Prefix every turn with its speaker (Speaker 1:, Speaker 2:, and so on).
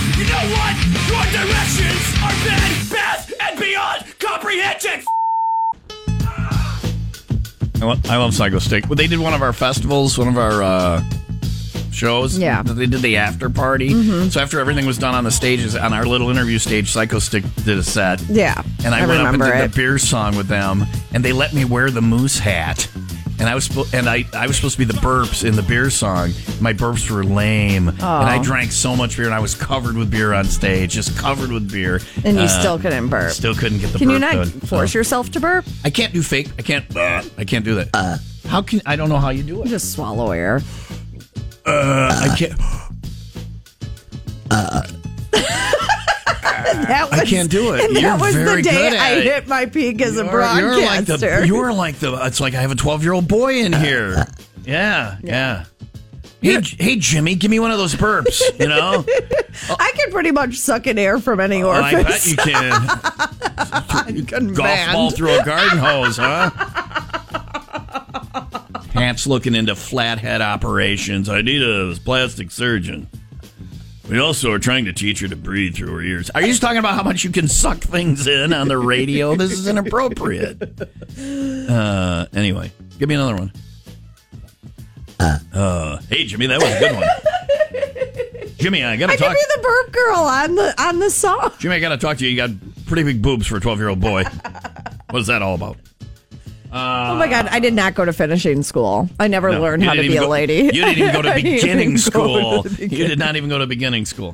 Speaker 1: You know what? Your directions are bad, bad, and beyond comprehension.
Speaker 2: I lo- I love Psycho Stick. Well, they did one of our festivals, one of our uh, shows.
Speaker 3: Yeah. Mm-hmm.
Speaker 2: They did the after party. So after everything was done on the stages, on our little interview stage, Psycho Stick did a set.
Speaker 3: Yeah,
Speaker 2: And I,
Speaker 3: I
Speaker 2: went up and did
Speaker 3: remember
Speaker 2: the
Speaker 3: it.
Speaker 2: beer song with them, and they let me wear the moose hat. And I was spo- and I, I was supposed to be the burps in the beer song. My burps were lame, and I drank so much beer, and I was covered with beer on stage, just covered with beer.
Speaker 3: and you
Speaker 2: Uh,
Speaker 3: still couldn't burp.
Speaker 2: still couldn't get the.
Speaker 3: Can you
Speaker 2: burp
Speaker 3: not
Speaker 2: done, so.
Speaker 3: force yourself to burp?
Speaker 2: I can't do fake. I can't. uh, I can't do that.
Speaker 3: Uh.
Speaker 2: how can I don't know how you do it.
Speaker 3: Just swallow air.
Speaker 2: I
Speaker 3: Uh,
Speaker 2: can't.
Speaker 3: That was,
Speaker 2: I can't do it.
Speaker 3: And
Speaker 2: You're
Speaker 3: that was
Speaker 2: very
Speaker 3: the day
Speaker 2: good at
Speaker 3: I
Speaker 2: it.
Speaker 3: hit my peak as a
Speaker 2: You're like the.
Speaker 3: broadcaster. Uh,
Speaker 2: You're like the. It's like I have a twelve year old boy in here. Yeah, yeah. Hey, J- hey, Jimmy, give me one of those burps. You know,
Speaker 3: I can pretty much suck in air from any
Speaker 2: Oh, I
Speaker 3: orifice.
Speaker 2: bet you can.
Speaker 3: you couldn't
Speaker 2: Golf
Speaker 3: band.
Speaker 2: ball through a garden hose, huh? Pat's looking into flathead operations. I need a plastic surgeon. We also are trying to teach her to breathe through her ears. Are you just talking about how much you can suck things in on the radio? This is inappropriate. Uh, anyway, give me another one. Uh, hey, Jimmy, that was a good one. Jimmy, I gotta
Speaker 3: I
Speaker 2: talk.
Speaker 3: could be the burp girl on the on the song.
Speaker 2: Jimmy, I got to talk to you. You got pretty big boobs for a 12 year old boy. what is that all about?
Speaker 3: oh my god, I did not go to finishing school. I never
Speaker 2: No,
Speaker 3: learned
Speaker 2: you
Speaker 3: how to
Speaker 2: didn't
Speaker 3: be
Speaker 2: even
Speaker 3: a
Speaker 2: go-
Speaker 3: lady.
Speaker 2: You didn't even go to
Speaker 3: I didn't
Speaker 2: beginning
Speaker 3: even go
Speaker 2: school.
Speaker 3: to
Speaker 2: You did not even go to beginning school.